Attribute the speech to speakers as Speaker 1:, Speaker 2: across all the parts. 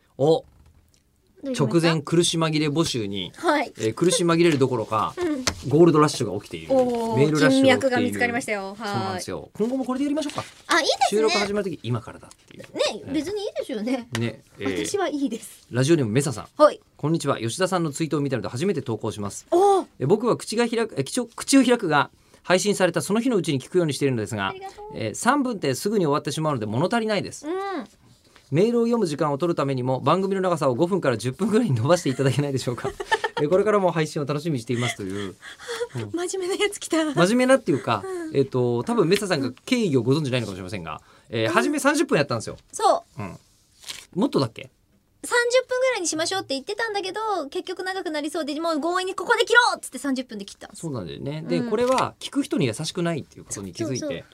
Speaker 1: を直前苦
Speaker 2: どうしました
Speaker 1: し紛れ募集に、
Speaker 2: はい、
Speaker 1: えー苦し紛れるどころか
Speaker 2: うん、
Speaker 1: ゴールドラッシュが起きている
Speaker 2: おお
Speaker 1: メールラッシ
Speaker 2: 金
Speaker 1: ュが起きている
Speaker 2: 脈が見つかりましたよ
Speaker 1: そうなん
Speaker 2: は
Speaker 1: で
Speaker 2: い
Speaker 1: すよ今後もこれでやりましょうか
Speaker 2: あいいです
Speaker 1: 収録始
Speaker 2: ね
Speaker 1: まる時今からだっていう
Speaker 2: ね別にいいですよね、
Speaker 1: ね、えー
Speaker 2: 私はいいです
Speaker 1: ラジオネームメサさん
Speaker 2: はい
Speaker 1: こんにちは吉田さんのツイートを見たので初めて投稿します
Speaker 2: おー
Speaker 1: えー僕は口が開くえー口を口を開くが配信されたその日のうちに聞くようにしているのです
Speaker 2: あ
Speaker 1: が
Speaker 2: りがとう
Speaker 1: えー3分ってすぐに終わってしまうので物足りないです
Speaker 2: うん
Speaker 1: メールを読む時間を取るためにも番組の長さを5分から10分ぐらいに伸ばしていただけないでしょうか えこれからも配信を楽しみにしていますという
Speaker 2: 真面目なやつ来た
Speaker 1: 真面目なっていうか、えっと多分メッサさんが経緯をご存じないのかもしれませんが、えー初め30分やったんですよ、
Speaker 2: そう
Speaker 1: うん、もっとだっけ
Speaker 2: 30分ぐらいにしましょうって言ってたんだけど結局長くなりそうでもう強引にここで切ろうっつって30分で切ったんです
Speaker 1: そうなんだよねで、
Speaker 2: うん
Speaker 1: これは聞く人に優しくないっていうことに気づいて
Speaker 2: そうそう
Speaker 1: えー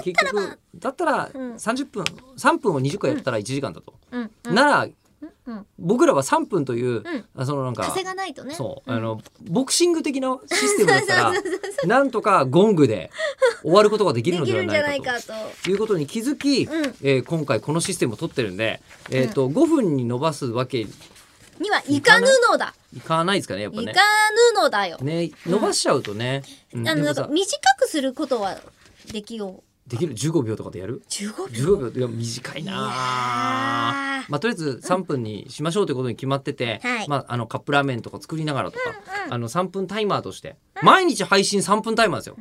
Speaker 1: 結局だったら
Speaker 2: うん
Speaker 1: 30分3分を20回やったら1時間だと、
Speaker 2: うん、うん、
Speaker 1: なら
Speaker 2: うん、
Speaker 1: 僕らは3分という、
Speaker 2: ん
Speaker 1: あそのなんか
Speaker 2: 風がないとね
Speaker 1: そう、
Speaker 2: ん
Speaker 1: あのボクシング的なシステムだった らなんとかゴングで終わることができ
Speaker 2: で
Speaker 1: るの
Speaker 2: き
Speaker 1: で
Speaker 2: る
Speaker 1: は
Speaker 2: んじゃな
Speaker 1: ないいか
Speaker 2: か
Speaker 1: と。
Speaker 2: と
Speaker 1: いうことに気づき、
Speaker 2: うん
Speaker 1: えー今回このシステムを取ってるんで、えーと5分に伸ばすわけい
Speaker 2: にはいかぬのだ
Speaker 1: かないですかねやっぱ
Speaker 2: い
Speaker 1: ね
Speaker 2: か。ぬのだよ、
Speaker 1: ね伸ばしちゃうとね、うん
Speaker 2: あ
Speaker 1: で
Speaker 2: のな
Speaker 1: も
Speaker 2: ん
Speaker 1: さ
Speaker 2: か短くすることはできよう
Speaker 1: できる15秒とかでやる
Speaker 2: 15秒
Speaker 1: ?15 秒っていや短いなあ
Speaker 2: いやー
Speaker 1: まあ、とりあえず3分にしましょうということに決まってて、
Speaker 2: はい
Speaker 1: まあ、あのカップラーメンとか作りながらとか、あの3分タイマーとして、毎日配信3分タイマーですよ、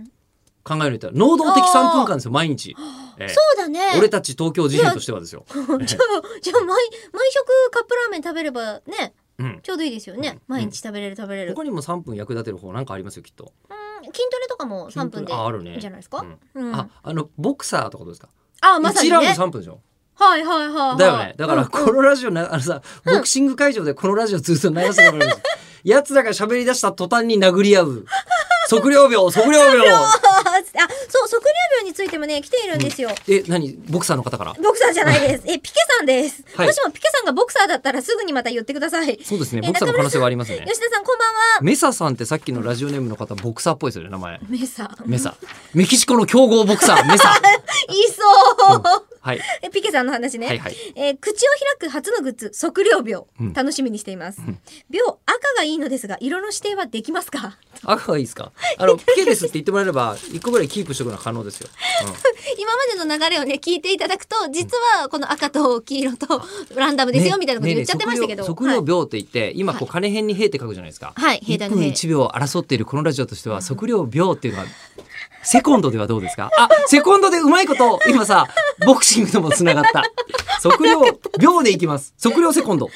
Speaker 1: 考えると能動的3分間ですよ毎日、ええ
Speaker 2: そうだね
Speaker 1: 俺たち東京事変としてはですよ、
Speaker 2: じゃあじゃあ毎毎食カップラーメン食べればね
Speaker 1: うん、
Speaker 2: ちょうどいいですよね、毎日食べれる食べれる、
Speaker 1: 他にも3分役立てる方なんかありますよきっと、
Speaker 2: うん筋トレとかも3分
Speaker 1: 筋
Speaker 2: で
Speaker 1: トレああるね
Speaker 2: いいんじゃないですか、うん
Speaker 1: ああのボクサーってことですか、
Speaker 2: あまさ
Speaker 1: 1
Speaker 2: に
Speaker 1: ラウン
Speaker 2: ね
Speaker 1: ド3分でしょ
Speaker 2: はいはいはい、はい、
Speaker 1: だよねだ から
Speaker 2: うんうん
Speaker 1: このラジオなあのさボクシング会場でこのラジオずっと流してたからやつらが喋り出した途端に殴り合う 測量秒測量秒
Speaker 2: あ、そう、測量秒についてもね、来ているんですよ。
Speaker 1: え何ボクサーの方から
Speaker 2: ボクサーじゃな いです。え、ピケさんです。
Speaker 1: はい
Speaker 2: もしもピケさんがボクサーだったらすぐにまた言ってください。
Speaker 1: そうですね
Speaker 2: え
Speaker 1: ボクサーの可能性はありますね
Speaker 2: 吉田さん、こんばんは。
Speaker 1: メサさんってさっきのラジオネームの方ボクサーっぽいですよね名前
Speaker 2: メサ。
Speaker 1: メサメキシコの強豪ボク サーメサ、
Speaker 2: いそう、
Speaker 1: うんはい
Speaker 2: え、 ピケさんの話ね。
Speaker 1: はいはい
Speaker 2: えー口を開く初のグッズ、測量秒。
Speaker 1: うん
Speaker 2: 楽しみにしています。秒、赤がいいのですが、色の指定はできますか
Speaker 1: 赤がいいですかあのピケですって言ってもらえれば一個ぐらいキープしておくのは可能 ですよ、
Speaker 2: 今までの流れをね、聞いていただくと、実はこの赤と黄色とランダムですよ、みたいなこと言っちゃってましたけ
Speaker 1: ねえ
Speaker 2: ど。
Speaker 1: ねえ測量測量秒って言って、今こう金辺に兵って書くじゃないですか
Speaker 2: はい兵
Speaker 1: 1
Speaker 2: 隊の
Speaker 1: 分
Speaker 2: 兵
Speaker 1: 1秒争っているこのラジオとしては測量秒っていうのはセコンドではどうですかあセコンドでうまいこと今さボクシングともつながった測量秒でいきます測量セコンド